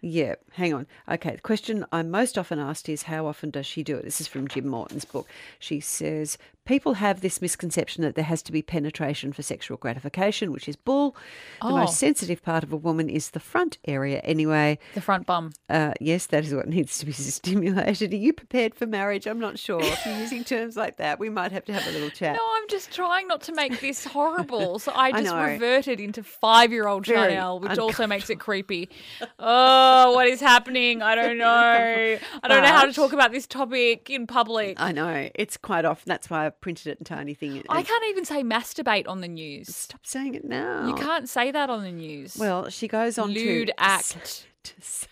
B: Yeah, hang on. Okay, the question I'm most often asked is how often does she do it? This is from Jim Morton's book. She says people have this misconception that there has to be penetration for sexual gratification, which is bull. The
C: Oh.
B: most sensitive part of a woman is the front area, anyway.
C: The front bum.
B: Uh, yes, that is what needs to be stimulated. Are you prepared for marriage? I'm not sure. If you're using terms like that, we might have to have a little chat.
C: No, I'm just trying not to make this horrible. So I
B: I
C: just
B: know.
C: reverted into five year old
B: Very
C: Chanel, which also makes it creepy. Oh, what is happening? I don't know. I don't know how to
B: But-
C: talk about this topic in public.
B: I know it's quite often. That's why I printed it in tiny thing. and-
C: I
B: and
C: can't even say masturbate on the news.
B: stop saying it now.
C: You can't say that on the news.
B: Well, she goes on
C: lewd
B: to
C: act.
B: to s-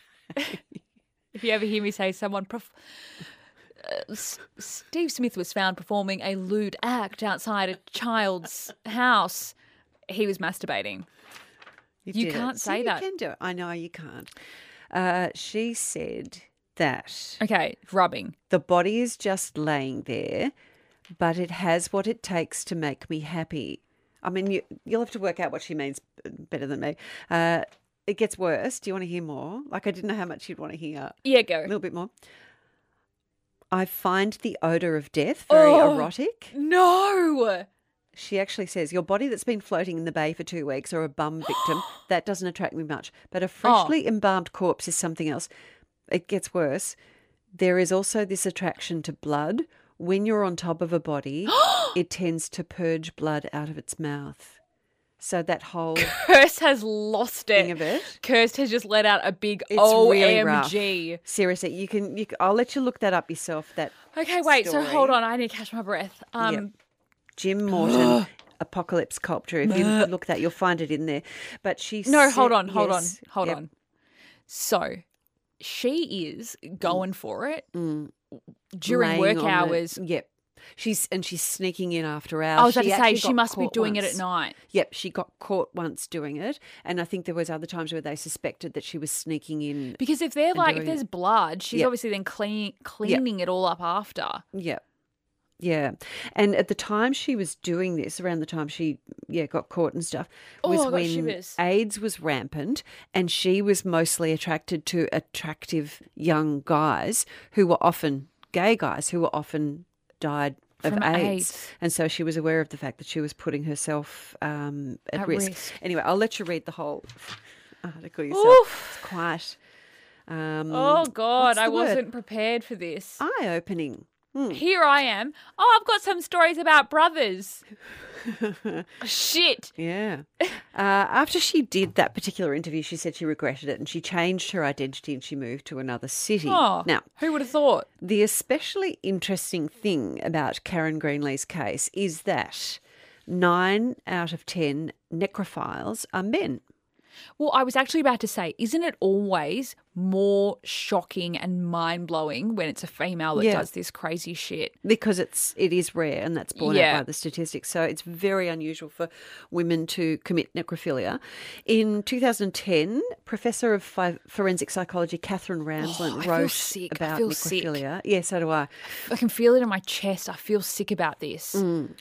C: If you ever hear me say someone, perf- uh, S- Steve Smith was found performing a lewd act outside a child's house. He was masturbating. You
B: did it.
C: can't
B: See,
C: say that.
B: You can do it. I know you can't. Uh, she said that
C: Okay, rubbing.
B: the body is just laying there, but it has what it takes to make me happy. I mean, you, you'll have to work out what she means b- better than me. Uh, it gets worse. Do you want to hear more? Like, I didn't know how much you'd want to hear.
C: Yeah,
B: A
C: go.
B: little bit more. I find the odor of death very
C: Oh.
B: erotic.
C: No.
B: She actually says, Your body that's been floating in the bay for two weeks or a bum victim, that doesn't attract me much. But
C: Oh.
B: a freshly embalmed corpse is something else. It gets worse. There is also this attraction to blood. When you're on top of a body, it tends to purge blood out of its mouth. So that whole
C: Cursed has lost
B: thing
C: it.
B: of it.
C: Cursed has just let out a big
B: It's really rough.
C: OMG.
B: Seriously, you can. You, c- I'll let you look that up yourself. That
C: okay, wait. So
B: story.
C: hold on. I need to catch my breath. Um,
B: Yep. Jim Morton, Apocalypse Culture. If you look that, you'll find it in there. But she
C: No,
B: said-
C: hold on, hold
B: yes,
C: on, hold
B: yep.
C: on. So she is going for it during
B: Mm. laying
C: work
B: on the-
C: hours.
B: Yep. She's and she's sneaking in after hours.
C: I was about to say
B: actually
C: she
B: got
C: must be
B: caught
C: doing it
B: once.
C: at night.
B: Yep, she got caught once doing it, and I think there was other times where they suspected that she was sneaking in.
C: Because if they're like, if
B: doing
C: there's blood, she's
B: Yep.
C: obviously then clean, cleaning it all up after.
B: Yep. Yeah. And at the time she was doing this, around the time she yeah, got caught and stuff, was
C: Oh, I got
B: when
C: shivers.
B: AIDS was rampant and she was mostly attracted to attractive young guys who were often gay guys who were often died of
C: From
B: AIDS.
C: AIDS.
B: And so she was aware of the fact that she was putting herself um, at,
C: At
B: risk.
C: risk.
B: Anyway, I'll let you read the whole article yourself.
C: Oof.
B: It's quite um,
C: oh God,
B: what's
C: I
B: the word?
C: wasn't prepared for this.
B: eye opening.
C: Here I am. Oh, I've got some stories about brothers. Shit.
B: Yeah. Uh, after she did that particular interview, she said she regretted it and she changed her identity and she moved to another city.
C: Oh,
B: Now,
C: who would have thought?
B: the especially interesting thing about Karen Greenlee's case is that nine out of 10 necrophiles are men.
C: Well, I was actually about to say, isn't it always more shocking and mind blowing when it's a female that
B: Yeah.
C: does this crazy shit?
B: because it's it is rare and that's borne
C: Yeah.
B: out by the statistics so it's very unusual for women to commit necrophilia in 2010 professor of fi- forensic psychology catherine ramsland
C: Oh, I feel
B: wrote
C: sick. I
B: about
C: feel sick.
B: necrophilia yeah so do i
C: I can feel it in my chest. I feel sick about this.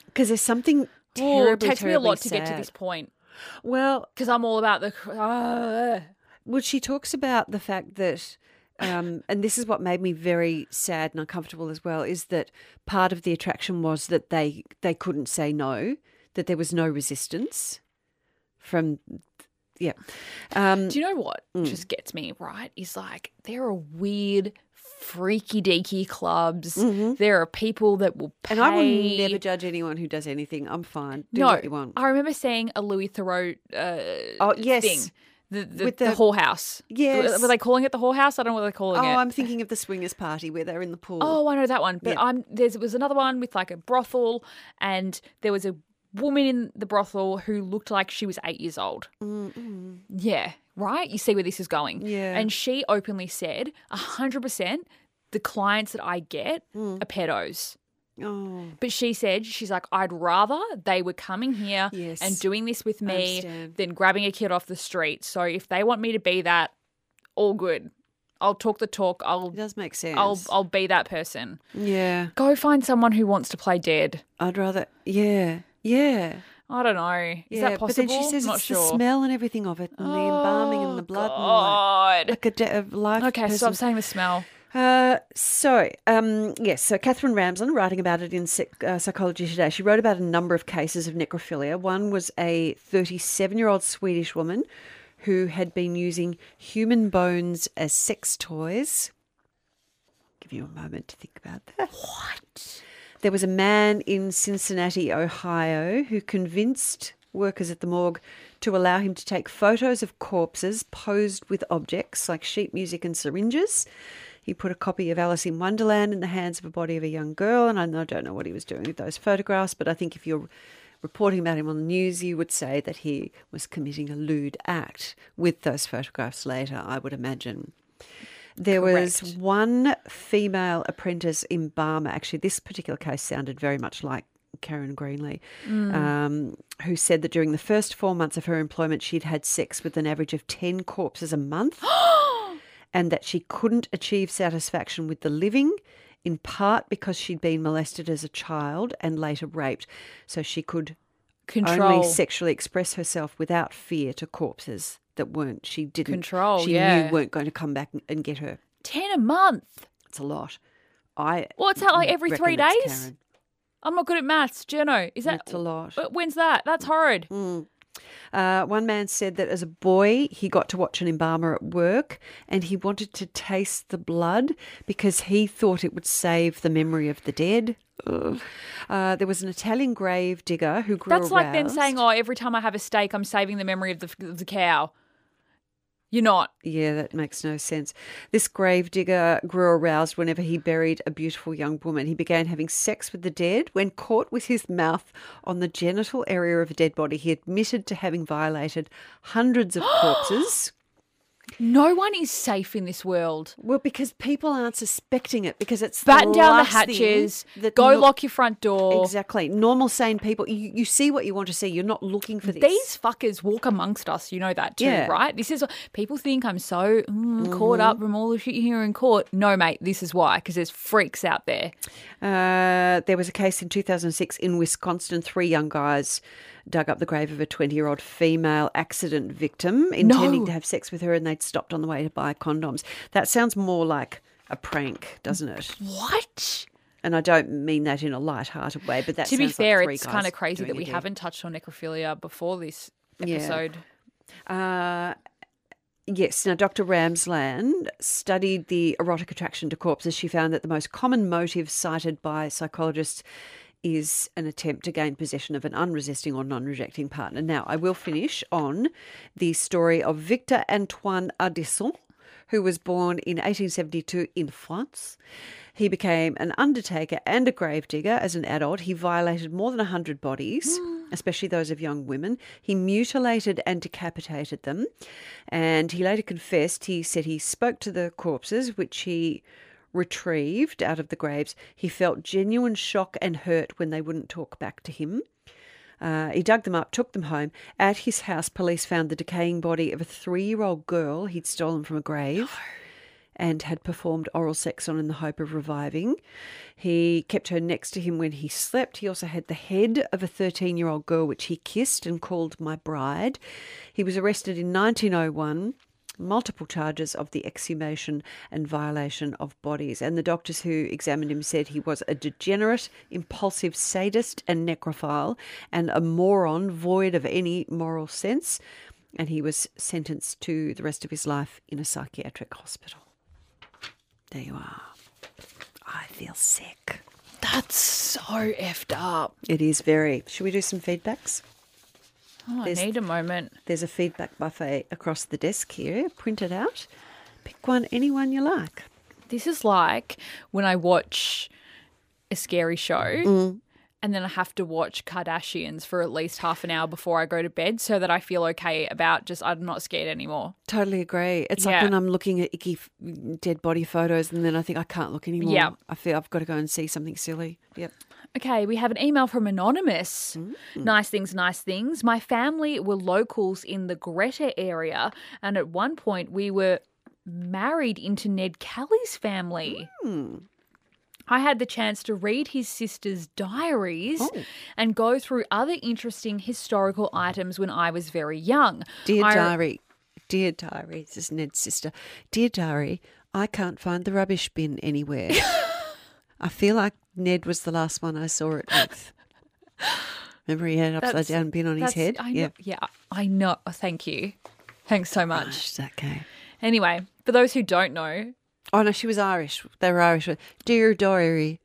B: because there's something
C: Oh,
B: Mm, terribly,
C: it takes me a
B: terribly
C: lot to get to
B: sad.
C: this point
B: well
C: because I'm all about the. Uh,
B: Well, she talks about the fact that, um, and this is what made me very sad and uncomfortable as well, is that part of the attraction was that they they couldn't say no, that there was no resistance from, yeah, um,
C: Do you know what just gets me right? Is like there are weird, freaky deaky clubs. There are people that will pay.
B: Mm-hmm. and I will never judge anyone who does anything. I'm fine. Do
C: no,
B: what you want.
C: I remember seeing a Louis Thoreau uh,
B: Oh yes.
C: thing. The, the,
B: With
C: the,
B: the-
C: whorehouse.
B: Yes.
C: Were they calling it the whorehouse? I don't know what they're calling
B: Oh,
C: it.
B: I'm thinking of the swingers party where they're in the pool.
C: Oh, I know that one. But
B: Yeah.
C: I'm there was another one with like a brothel, and there was a woman in the brothel who looked like she was eight years old. Yeah, right. You see where this is going.
B: Yeah.
C: and she openly said, hundred percent, the clients that I get
B: Mm.
C: are pedos.
B: Oh,
C: But she said, she's like, I'd rather they were coming here
B: Yes.
C: and doing this with me
B: understand.
C: than grabbing a kid off the street. So if they want me to be that, all good. I'll talk the talk. I'll
B: it does make sense.
C: I'll I'll be that person.
B: yeah,
C: Go find someone who wants to play dead.
B: I'd rather. Yeah, yeah.
C: I don't know. Is that possible?
B: But then she says
C: Not
B: it's
C: sure.
B: the smell and everything of it, and the embalming and the
C: Oh,
B: blood,
C: God.
B: and like, like a de- of life.
C: okay,
B: person.
C: stop saying the smell.
B: Uh, so, um, yes, so Catherine Ramsland, writing about it in Psych- uh, Psychology Today, she wrote about a number of cases of necrophilia. One was a 37 year old Swedish woman who had been using human bones as sex toys. Give you a moment to think about that. What? There was a man in Cincinnati, Ohio, who convinced workers at the morgue to allow him to take photos of corpses posed with objects like sheet music and syringes. He put a copy of Alice in Wonderland in the hands of a body of a young girl, and I know- don't know what he was doing with those photographs, but I think if you're reporting about him on the news, you would say that he was committing a lewd act with those photographs later, I would imagine. There was
C: Correct.
B: one female apprentice in Barmer. Actually, this particular case sounded very much like Karen Greenlee,
C: Mm.
B: um, who said that during the first four months of her employment, she'd had sex with an average of 10 corpses a month and that she couldn't achieve satisfaction with the living. In part because she'd been molested as a child and later raped, so she could
C: Control.
B: only sexually express herself without fear to corpses that weren't she didn't
C: Control,
B: she
C: yeah.
B: knew weren't going to come back and- and get her.
C: Ten a month.
B: It's a lot. I
C: What's that like every
B: reckon
C: three
B: that's
C: days?
B: Karen.
C: I'm not good at maths, Jono. Is that Oh.
B: That's a lot.
C: Wh- When's that? That's horrid.
B: Mm. Uh, one man said that as a boy, he got to watch an embalmer at work and he wanted to taste the blood because he thought it would save the memory of the dead. Ugh. Uh, there was an Italian grave digger who grew
C: That's like them saying,
B: aroused.
C: "Oh, every time I have a steak, I'm saving the memory of the of the cow." You're not.
B: Yeah, that makes no sense. This gravedigger grew aroused whenever he buried a beautiful young woman. He began having sex with the dead. When caught with his mouth on the genital area of a dead body, he admitted to having violated hundreds of corpses.
C: No one is safe in this world.
B: Well, because people aren't suspecting it because it's
C: Batten
B: the
C: down the
B: last thing
C: hatches.
B: that
C: Go
B: no-
C: lock your front door.
B: Exactly. Normal, sane people. You, you see what you want to see. You're not looking for this.
C: These fuckers walk amongst us. You know that too,
B: Yeah. Mm-hmm.
C: right? This is people think I'm so mm, caught up from all the shit you hear in court. No, mate, this is why because there's freaks out there.
B: Uh, there was a case in 2006 in Wisconsin. Three young guys dug up the grave of a 20 year old female accident victim intending
C: No.
B: to have sex with her, and they'd stopped on the way to buy condoms. That sounds more like a prank, doesn't it?
C: What?
B: And I don't mean that in a light hearted way, but that
C: to be
B: sounds
C: fair,
B: like three
C: it's
B: guys
C: kind of crazy
B: doing
C: that
B: a
C: we
B: deed.
C: haven't touched on necrophilia before this
B: Yeah.
C: episode.
B: Uh, yes. Now, Dr. Ramsland studied the erotic attraction to corpses. She found that the most common motive cited by psychologists is an attempt to gain possession of an unresisting or non rejecting partner. Now, I will finish on the story of Victor Antoine Ardisson. who was born in 1872 in France. He became an undertaker and a grave digger as an adult. He violated more than 100 bodies, especially those of young women. He mutilated and decapitated them. And he later confessed. He said he spoke to the corpses, which he retrieved out of the graves. He felt genuine shock and hurt when they wouldn't talk back to him. Uh, he dug them up, took them home. At his house, police found the decaying body of a three year old girl he'd stolen from a grave and had performed oral sex on in the hope of reviving. He kept her next to him when he slept. He also had the head of a 13 year old girl, which he kissed and called my bride. He was arrested in 1901. Multiple charges of the exhumation and violation of bodies. And the doctors who examined him said he was a degenerate, impulsive sadist and necrophile, and a moron void of any moral sense. And he was sentenced to the rest of his life in a psychiatric hospital. There you are. I feel sick.
C: That's so effed up.
B: It is very. Should we do some feedbacks?
C: Oh, I
B: There's-
C: need a moment.
B: There's a feedback buffet across the desk here. Print it out. Pick one, any one you like.
C: This is like when I watch a scary show
B: Mm.
C: and then I have to watch Kardashians for at least half an hour before I go to bed so that I feel okay about just I'm not scared anymore.
B: Totally agree. It's like
C: Yeah.
B: when I'm looking at icky f- dead body photos, and then I think I can't look anymore.
C: Yeah.
B: I feel I've got to go and see something silly. Yep.
C: Okay, we have an email from Anonymous.
B: Mm.
C: Nice things, nice things. My family were locals in the Greta area, and at one point we were married into Ned Kelly's family.
B: Hmm.
C: I had the chance to read his sister's diaries
B: Oh.
C: and go through other interesting historical items when I was very young.
B: Dear
C: I-
B: diary, dear diary, this is Ned's sister. Dear diary, I can't find the rubbish bin anywhere. I feel like Ned was the last one I saw it with. Remember, he had an upside
C: That's-
B: down bin on his
C: that's-
B: head.
C: I
B: yeah,
C: know, yeah, I know. Thank you. Thanks so much.
B: Gosh, okay.
C: Anyway, for those who don't know,
B: Oh no, she was Irish. They were Irish. Dear diary,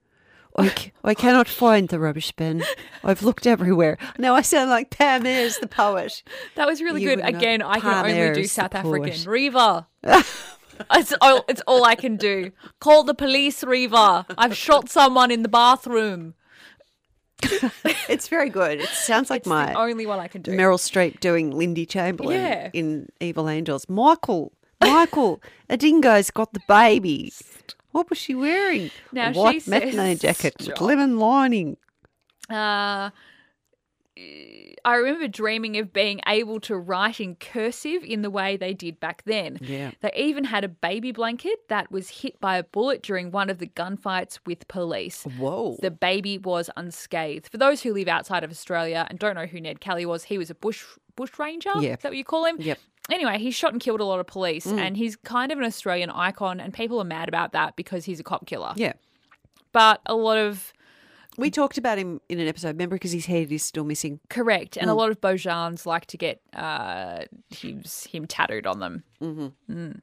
B: I, c- I cannot find the rubbish bin. I've looked everywhere. Now I sound like Pam Ayres, the poet.
C: That was really
B: You
C: good.
B: wouldn't know.
C: Again, I can only do
B: Palmer's
C: South
B: the
C: African.
B: port.
C: Reva. it's, all, it's all I can do. Call the police, Reva. I've shot someone in the bathroom.
B: It's very good. It sounds like
C: It's
B: my
C: the only one I can do.
B: Meryl Streep doing Lindy Chamberlain
C: Yeah.
B: in Evil Angels. Michael, Michael, a dingo's got the baby. What was she wearing?
C: Now
B: a
C: she
B: white matinee
C: says-
B: jacket with
C: Stop.
B: lemon lining.
C: Uh, I remember dreaming of being able to write in cursive in the way they did back then.
B: Yeah.
C: They even had a baby blanket that was hit by a bullet during one of the gunfights with police.
B: Whoa.
C: The baby was unscathed. For those who live outside of Australia and don't know who Ned Kelly was, he was a bush bush ranger.
B: Yeah.
C: Is that what you call him?
B: Yep. Mm.
C: Anyway, he shot and killed a lot of police, and he's kind of an Australian icon, and people are mad about that because he's a cop killer.
B: Yeah.
C: But a lot of
B: We talked about him in an episode, remember, because his head is still missing.
C: correct,
B: Mm.
C: and a lot of Bojans like to get uh, his, him tattooed on them.
B: Bojans.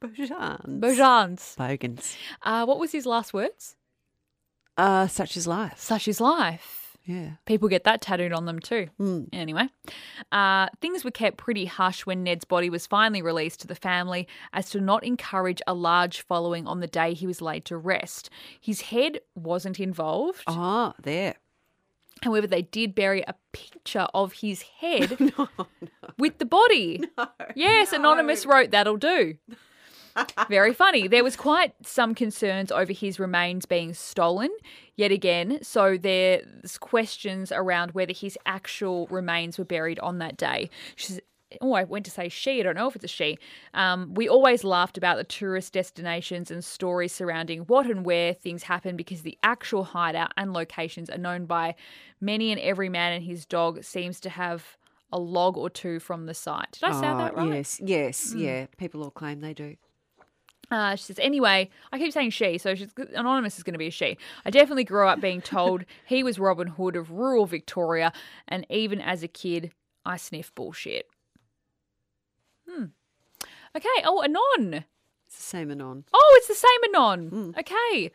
C: Bojans.
B: Bogans.
C: Uh, what was his last words?
B: Uh, such is life.
C: Such is life.
B: Yeah.
C: People get that tattooed on them too. Anyway, uh, things were kept pretty hush when Ned's body was finally released to the family as to not encourage a large following on the day he was laid to rest. His head wasn't involved.
B: Ah, there.
C: However, they did bury a picture of his head with the body. yes, Anonymous wrote, that'll do. Very funny. There was quite some concerns over his remains being stolen yet again. So there's questions around whether his actual remains were buried on that day. She's, oh, I went to say she. I don't know if it's a she. Um, we always laughed about the tourist destinations and stories surrounding what and where things happen because the actual hideout and locations are known by many and every man and his dog seems to have a log or two from the site. Did I
B: Ah,
C: sound that right? Hmm.
B: Yes, yes, yeah. People all claim they do.
C: Uh, she says, anyway, I keep saying she, so she's, Anonymous is going to be a she. I definitely grew up being told he was Robin Hood of rural Victoria, and even as a kid, I sniff bullshit. Hmm. Okay. Oh, Anon.
B: It's the same anon.
C: Oh, it's the same Anon. Okay.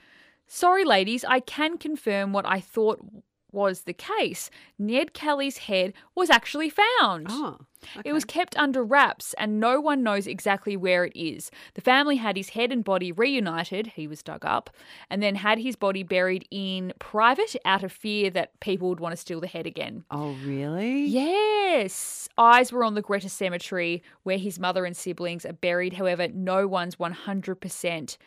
C: Sorry, ladies. I can confirm what I thought was the case, Ned Kelly's head was actually found.
B: Oh,
C: Ah. It was kept under wraps, and no one knows exactly where it is. The family had his head and body reunited, he was dug up, and then had his body buried in private out of fear that people would want to steal the head again.
B: oh really?
C: Yes. Eyes were on the Greta Cemetery where his mother and siblings are buried. However, no one's 100%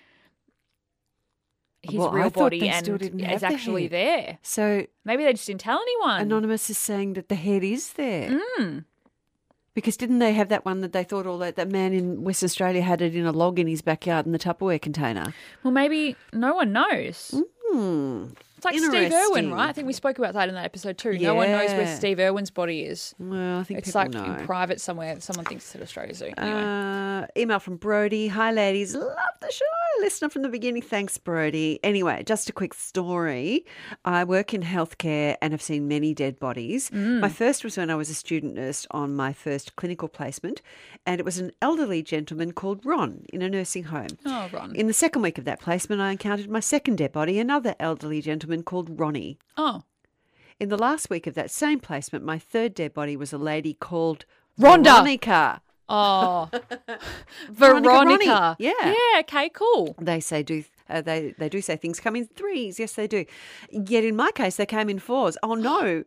C: his
B: Well, I
C: real
B: thought
C: body
B: they
C: and
B: still didn't have
C: is
B: the
C: actually
B: head.
C: there.
B: So
C: Maybe they just didn't tell anyone.
B: anonymous is saying that the head is there.
C: Mm.
B: Because didn't they have that one that they thought all that that man in Western Australia had it in a log in his backyard in the Tupperware container?
C: Well, maybe no one knows.
B: Hmm.
C: It's like Steve Irwin,
B: Interesting.
C: right? I think we spoke about that in that episode too. No one knows where
B: Yeah.
C: Steve Irwin's body is.
B: Well, I think
C: It's
B: people
C: like
B: know.
C: in private somewhere. Someone thinks it's at Australia Zoo. Anyway.
B: Uh, email from Brody. Hi, ladies. Love the show. Listener from the beginning. Thanks, Brody. Anyway, just a quick story. I work in healthcare and have seen many dead bodies.
C: Mm.
B: My first was when I was a student nurse on my first clinical placement, and it was an elderly gentleman called Ron in a nursing home.
C: oh, Ron.
B: In the second week of that placement, I encountered my second dead body, another elderly gentleman called Ronnie.
C: oh.
B: In the last week of that same placement, my third dead body was a lady called
C: Rhonda.
B: Veronica.
C: Oh.
B: Veronica Ronnie.
C: Veronica.
B: Yeah.
C: Yeah. Okay, cool.
B: They say do uh, they they do say things come in threes. Yes, they do. Yet in my case, they came in fours. Oh no!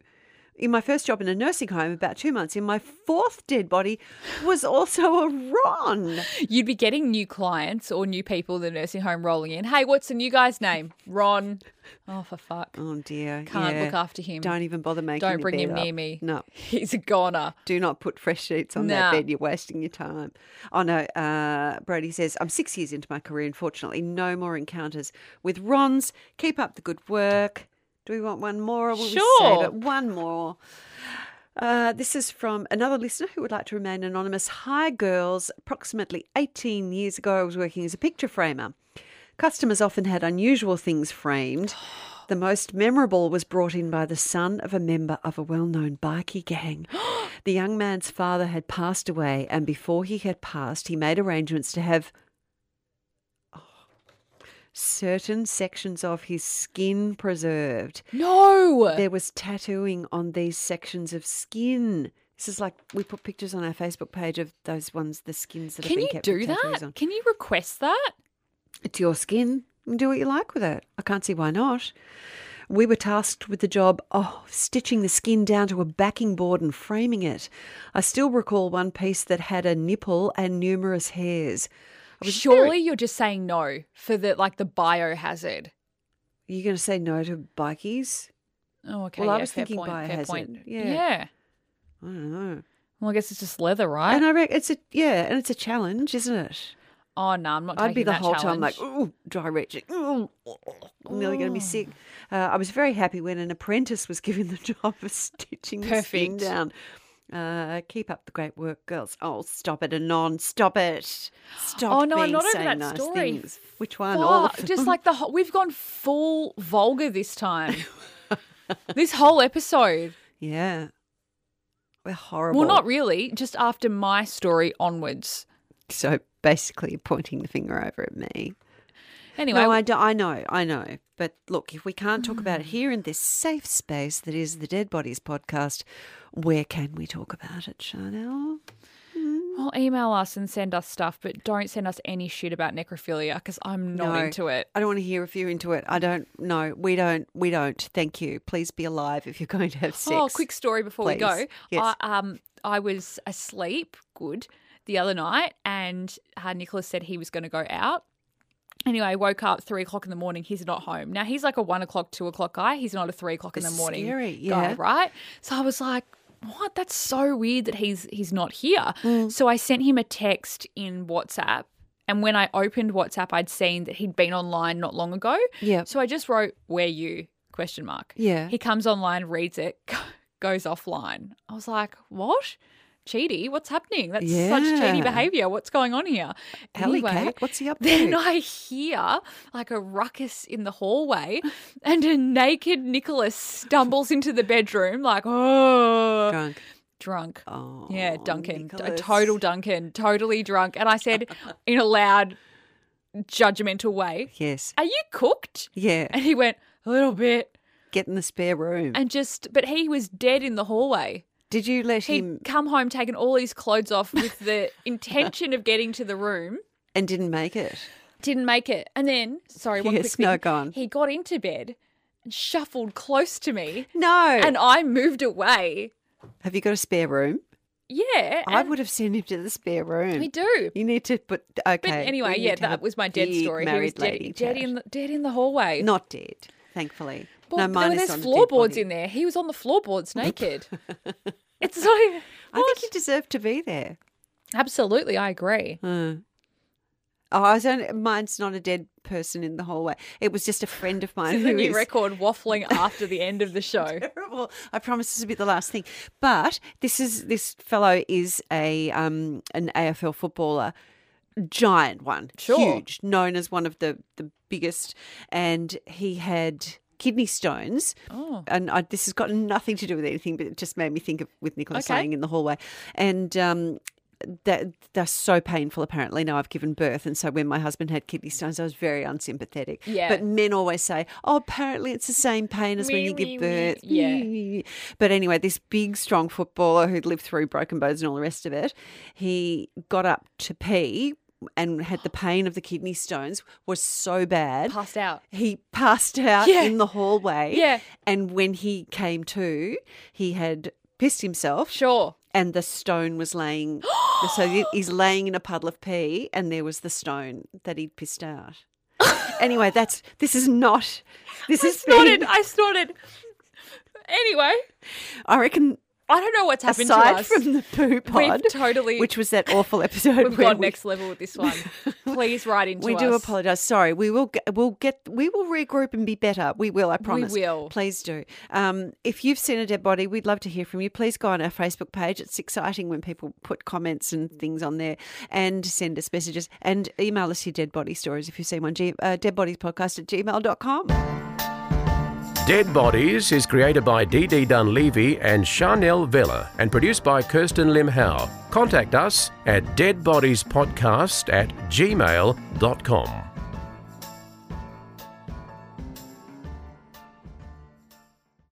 B: In my first job in a nursing home, about two months in, my fourth dead body was also a Ron.
C: You'd be getting new clients or new people in the nursing home rolling in. Hey, what's the new guy's name? Ron. Oh, for fuck.
B: Oh dear!
C: Can't
B: yeah.
C: look after him.
B: Don't even bother making.
C: Don't
B: the
C: bring
B: bed
C: him
B: up.
C: near me.
B: No.
C: He's a goner.
B: Do not put fresh sheets on that
C: No.
B: bed. You're wasting your time. Oh no, uh, Brody says I'm six years into my career. Unfortunately, no more encounters with Rons. Keep up the good work. Do we want one more? Or will we save
C: Sure.
B: it? One more. Uh, this is from another listener who would like to remain anonymous. Hi, girls. Approximately 18 years ago, I was working as a picture framer. Customers often had unusual things framed. The most memorable was brought in by the son of a member of a well known bikie gang. The young man's father had passed away, and before he had passed, he made arrangements to have oh, certain sections of his skin preserved.
C: No.
B: There was tattooing on these sections of skin. This is like we put pictures on our Facebook page of those ones, the skins that have
C: Can
B: been
C: you
B: kept
C: do
B: with tattoos
C: that?
B: on.
C: Can you request that?
B: It's your skin. You can do what you like with it. I can't see why not. We were tasked with the job of stitching the skin down to a backing board and framing it. I still recall one piece that had a nipple and numerous hairs. I was very-
C: Surely you're just saying no for the like the biohazard.
B: You're going to say no to bikies?
C: Oh, okay.
B: Well, I
C: yeah,
B: was
C: fair
B: thinking
C: point, fair
B: biohazard.
C: point.
B: Yeah.
C: yeah.
B: I don't know.
C: Well, I guess it's just leather, right?
B: and I reckon it's a yeah, and it's a challenge, isn't it?
C: oh no, I'm not.
B: I'd be
C: taking
B: the
C: that
B: whole time
C: challenge.
B: like, ooh, dry retching. Ooh, I'm nearly going to be sick. Uh, I was very happy when an apprentice was given the job of stitching the skin
C: Perfect.
B: down. Uh, keep up the great work, girls. Oh, stop it, Anon. Stop it. Stop
C: Oh, no, I'm
B: being
C: not over
B: saying
C: that
B: nice
C: story.
B: things. Which one? All of
C: Fuck,
B: them?
C: just like the whole, we've gone full vulgar this time. this whole episode.
B: Yeah. We're horrible.
C: Well, not really. Just after my story onwards.
B: So basically, you're pointing the finger over at me.
C: Anyway,
B: no, I, do- I know, I know. But look, if we can't talk about it here in this safe space that is the Dead Bodies podcast, where can we talk about it, Chanel?
C: well, email us and send us stuff, but don't send us any shit about necrophilia because I'm not
B: No.
C: into it.
B: I don't want to hear if you're into it. I don't. No, we don't. We don't. Thank you. Please be alive if you're going to have sex.
C: Oh, quick story before we go.
B: Please. Yes.
C: I, um, I was asleep, good, the other night, and uh, Nicholas said he was going to go out. Anyway, I woke up three o'clock in the morning. He's not home. Now he's like a one o'clock, two o'clock guy. He's not a three o'clock in
B: It's
C: the morning
B: scary,
C: guy,
B: yeah.
C: right? So I was like, "What? That's so weird that he's he's not here."
B: Mm.
C: So I sent him a text in WhatsApp, and when I opened WhatsApp, I'd seen that he'd been online not long ago.
B: Yeah.
C: So I just wrote, "Where you?" question mark.
B: Yeah.
C: He comes online, reads it, goes offline. I was like, "What? Cheaty? What's happening? That's such
B: Yeah.
C: cheaty behavior. What's going on here?"
B: Alley
C: Anyway,
B: cat. What's he up
C: Then
B: to?
C: I hear like a ruckus in the hallway, and a naked Nicholas stumbles into the bedroom, like, oh,
B: Drunk.
C: drunk.
B: Oh,
C: yeah, Duncan, a
B: Nicholas.
C: total Duncan, totally drunk. And I said in a loud, judgmental way,
B: Yes.
C: Are you cooked?
B: Yeah.
C: And he went, A little bit.
B: get in the spare room.
C: and just but he was dead in the hallway.
B: Did you let him
C: He'd come home taking all his clothes off with the intention of getting to the room.
B: and didn't make it?
C: Didn't make it. And then, sorry, one
B: Yes,
C: quick
B: no,
C: thing.
B: go on.
C: He got into bed and shuffled close to me
B: No.
C: and I moved away.
B: have you got a spare room?
C: Yeah.
B: I
C: and
B: would have sent him to the spare room.
C: We do.
B: You need to put okay.
C: But anyway,
B: we need
C: yeah,
B: to have
C: that
B: a
C: was my dead
B: big
C: story. He was
B: Married lady
C: dead, dead
B: chat.
C: in the dead in the hallway.
B: not dead, thankfully.
C: Well,
B: no,
C: no,
B: mine is
C: there's
B: on a dead
C: floorboards
B: body.
C: in there. He was on the floorboards naked. it's not even.
B: I think you deserve to be there.
C: Absolutely, I agree.
B: Oh, I was only, mine's not a dead person in the hallway. It was just a friend of mine
C: It's
B: who
C: the new
B: is
C: record waffling after the end of the show.
B: terrible. I promise this will be the last thing. But this is this fellow is a um an AFL footballer, giant one,
C: Sure.
B: huge, known as one of the the biggest, and he had kidney stones.
C: Oh.
B: And I, this has got nothing to do with anything, but it just made me think of with Nicola
C: Okay.
B: saying in the hallway, and. Um, that they're so painful. Apparently, now I've given birth, and so when my husband had kidney stones, I was very unsympathetic.
C: Yeah.
B: But men always say, "Oh, apparently it's the same pain as when
C: Wee,
B: you
C: wee,
B: give
C: wee.
B: birth."
C: Yeah.
B: But anyway, this big, strong footballer who'd lived through broken bones and all the rest of it, he got up to pee and had the pain of the kidney stones was so bad.
C: Passed out.
B: He passed out
C: Yeah.
B: in the hallway.
C: Yeah.
B: And when he came to, he had pissed himself
C: Sure.
B: and the stone was laying. so he- he's laying in a puddle of pee, and there was the stone that he'd pissed out. anyway, that's this is not. This is
C: Snorted. I snorted. Anyway,
B: I reckon.
C: I don't know what's happened to
B: Aside
C: us.
B: from the poo pod,
C: totally-
B: which was that awful episode,
C: We've
B: where
C: gone
B: we-
C: next level with this one. Please write into
B: We
C: us.
B: do apologise. Sorry, we will. Get, we'll get. We will regroup and be better. We will. I promise.
C: will.
B: Please do. Um, if you've seen a dead body, we'd love to hear from you. Please go on our Facebook page. It's exciting when people put comments and things on there, and send us messages and email us your dead body stories if you've seen one. G- uh, deadbodiespodcast at gmail.com.
A: Dead Bodies is created by DD Dunleavy and Chanel Vella and produced by Kirsten Lim Howe. Contact us at deadbodiespodcast at gmail.com.